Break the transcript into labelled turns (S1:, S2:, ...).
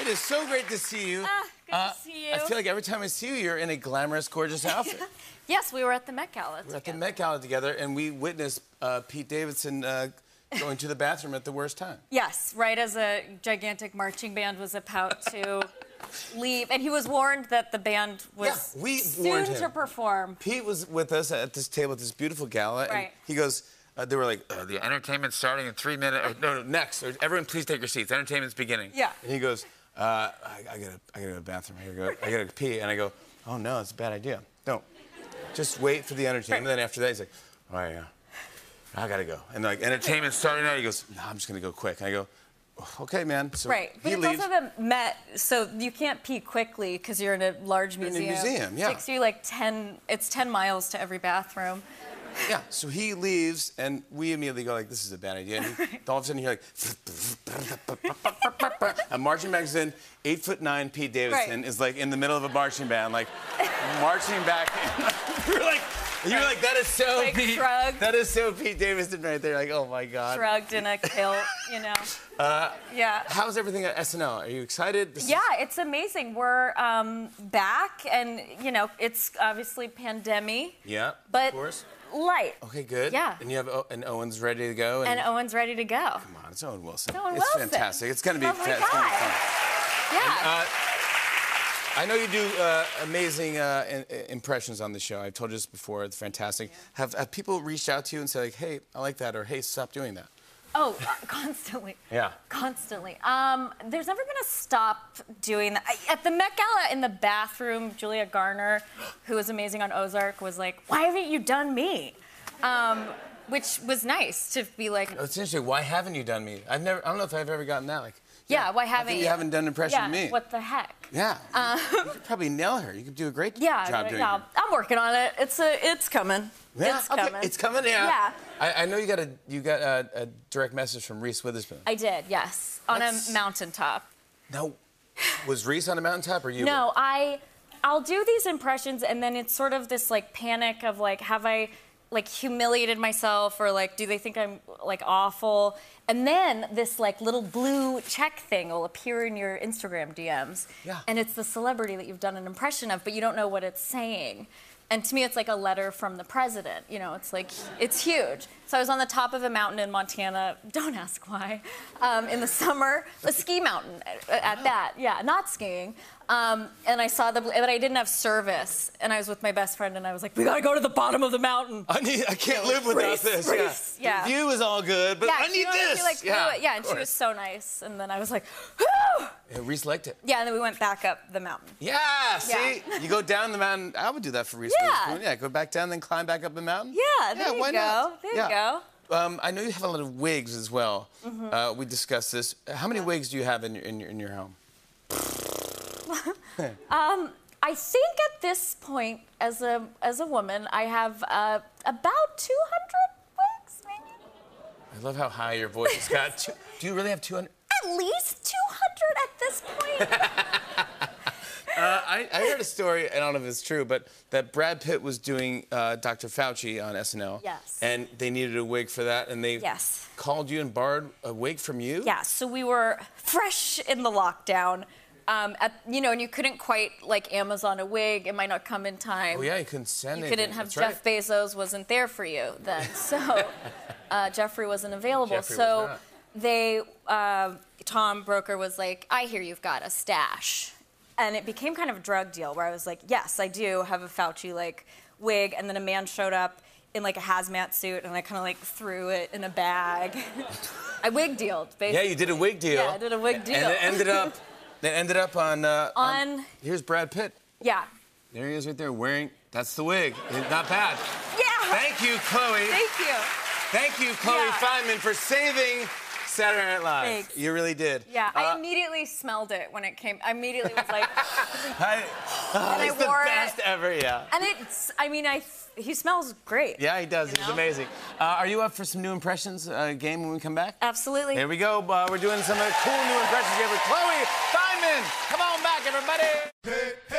S1: It is so great to see you. Uh,
S2: Ah, good to see you.
S1: I feel like every time I see you, you're in a glamorous, gorgeous outfit.
S2: Yes, we were at the Met Gala.
S1: We're at the
S2: together.
S1: Met Gala together, and we witnessed uh, Pete Davidson uh, going to the bathroom at the worst time.
S2: Yes, right as a gigantic marching band was about to leave, and he was warned that the band was
S1: Yeah, we
S2: soon
S1: warned him.
S2: to perform.
S1: Pete was with us at this table at this beautiful gala, and
S2: Right.
S1: he goes, uh, they were like, uh, the entertainment's starting in three minutes. Or, no, no, next. Or, Everyone, please take your seats. Entertainment's beginning.
S2: Yeah.
S1: And he goes, uh, I, I gotta, I gotta go to the bathroom. I gotta go. I gotta pee. And I go, oh no, it's a bad idea. No, just wait for the entertainment. And then after that, he's like, all right, yeah, I gotta go. And like, entertainment's starting now. He goes, no, I'm just gonna go quick. And I go, okay, man. So
S2: Right, but
S1: he
S2: it's
S1: leaves.
S2: also the Met, so you can't pee quickly because you're in a large
S1: in a
S2: museum.
S1: museum, yeah.
S2: Takes you like ten. It's ten miles to every bathroom.
S1: Yeah, so he leaves, and we immediately go like, "This is a bad idea." And he, all of a sudden, you're like, a marching band is in. Eight foot nine Pete Davidson
S2: Right.
S1: is like in the middle of a marching band, like marching back. you're like, you're like, that is so
S2: Like,
S1: Pete.
S2: shrugged.
S1: That is so Pete Davidson right there. Like, oh my god.
S2: Shrugged in a kilt, you know.
S1: Uh,
S2: yeah.
S1: How's everything at SNL? Are you excited? This is-
S2: Yeah, it's amazing. We're um, back, and you know, it's obviously pandemic.
S1: yeah.
S2: But
S1: of course.
S2: light.
S1: Okay, good.
S2: Yeah.
S1: And you have o- and Owen's ready to go.
S2: And Owen's ready to go.
S1: Come on, it's Owen Wilson.
S2: Owen
S1: it's
S2: Wilson.
S1: fantastic. It's gonna be.
S2: Oh my
S1: fa- it's gonna be
S2: God.
S1: fun.
S2: Yeah.
S1: Uh, I know you do uh, amazing uh, in- in- impressions on the show. I've told you this before. It's fantastic. Have, have people reached out to you and said, like, hey, I like that, or hey, stop doing that?
S2: oh, uh, constantly.
S1: Yeah.
S2: Constantly. Um, there's never been a stop doing that. I, at the Met Gala in the bathroom, Julia Garner, who was amazing on Ozark, was like, "Why haven't you done me?" Um, which was nice to be like,
S1: Oh, It's interesting. Why haven't you done me? I've never. I don't know if I've ever gotten that. Like,
S2: "Yeah, why
S1: how come
S2: haven't
S1: you? haven't done an impression
S2: yeah,
S1: of me.
S2: What the heck?
S1: Yeah. you could probably nail her. You could do a great
S2: Yeah,
S1: job
S2: but
S1: doing
S2: yeah,
S1: her.
S2: I'm working on it. It's a, it's coming.
S1: Yeah,
S2: It's
S1: okay,
S2: coming.
S1: It's coming. Yeah.
S2: Yeah.
S1: I, I know you got a you got a, a direct message from Reese Witherspoon.
S2: I did, yes, on
S1: That's-
S2: a mountaintop.
S1: now, was Reese on a mountaintop or you? were?
S2: No, I I'll do these impressions and then it's sort of this like panic of like have I like humiliated myself or like do they think I'm like awful? And then this like little blue check thing will appear in your Instagram DMs.
S1: Yeah.
S2: And it's the celebrity that you've done an impression of, but you don't know what it's saying. And to me, it's like a letter from the president. You know, it's like, it's huge. So I was on the top of a mountain in Montana, don't ask why, um, in the summer, a ski mountain at, at that. Yeah, not skiing. Um, and I saw the, but I didn't have service. And I was with my best friend, and I was like, we gotta go to the bottom of the mountain.
S1: I need. I can't live without
S2: Reese,
S1: this.
S2: Reese, yeah.
S1: The view is all good, but I
S2: she
S1: need
S2: was-
S1: this.
S2: She like, yeah, yeah and
S1: of
S2: she was
S1: course.
S2: so nice. And then I was like, whoo!
S1: Yeah, Reese liked it.
S2: Yeah, and then we went back up the mountain.
S1: Yeah. See,
S2: Yeah.
S1: you go down the mountain. I would do that for Reese.
S2: Yeah.
S1: Witherspoon. Yeah. Go back down, then climb back up the mountain.
S2: Yeah, there you
S1: why
S2: go.
S1: not?
S2: There you
S1: Yeah.
S2: go. Mm-hmm.
S1: Um, I know you have a lot of wigs as well. Uh, we discussed this. How many wigs do you have in your in your, in your home?
S2: Um, I think at this point, as a as a woman, I have uh, about 200 wigs, maybe
S1: I love how high your voice has got. Two- do you really have 200?
S2: at least 200 at this point.
S1: I, I heard a story, I don't know if it's true, but that Brad Pitt was doing uh, Dr. Fauci on SNL.
S2: Yes.
S1: And they needed a wig for that, and they
S2: Yes.
S1: called you and borrowed a wig from you.
S2: yeah, so we were fresh in the lockdown. Um, at, you know, and you couldn't quite like Amazon a wig. It might not come in time.
S1: Oh yeah, you couldn't send
S2: You
S1: anything.
S2: couldn't
S1: That's
S2: have Jeff
S1: right.
S2: Bezos wasn't there for you then, so uh, Jeffrey wasn't available.
S1: Jeffrey was
S2: so
S1: not.
S2: they, uh, Tom Broker was like, "I hear you've got a stash," and it became kind of a drug deal where I was like, "Yes, I do have a Fauci like wig," and then a man showed up in like a hazmat suit, and I kind of like threw it in a bag. I wig dealed
S1: Yeah,
S2: basically.
S1: you did a wig deal.
S2: Yeah, I did a wig deal.
S1: And it ended up, it ended up on. Uh,
S2: On-
S1: Here's Brad Pitt.
S2: Yeah.
S1: There he is, right there, wearing. That's the wig. It's not bad.
S2: Yeah.
S1: Thank you, Chloe.
S2: Thank you.
S1: Thank you, Chloe
S2: Yeah.
S1: Feynman, for saving Saturday Night Live.
S2: Thanks.
S1: You really did.
S2: Yeah,
S1: Uh,
S2: I immediately smelled it when it came. I immediately was like,
S1: I, oh,
S2: And I
S1: it's the
S2: wore it.
S1: best ever. Yeah.
S2: and it's. I mean, I. He smells great.
S1: Yeah, he does.
S2: You
S1: He's
S2: know?
S1: amazing. Uh, are you up for some new impressions uh, game when we come back?
S2: Absolutely.
S1: Here we go. Uh, we're doing some uh, cool new impressions here with Chloe Feynman. Come on back, everybody.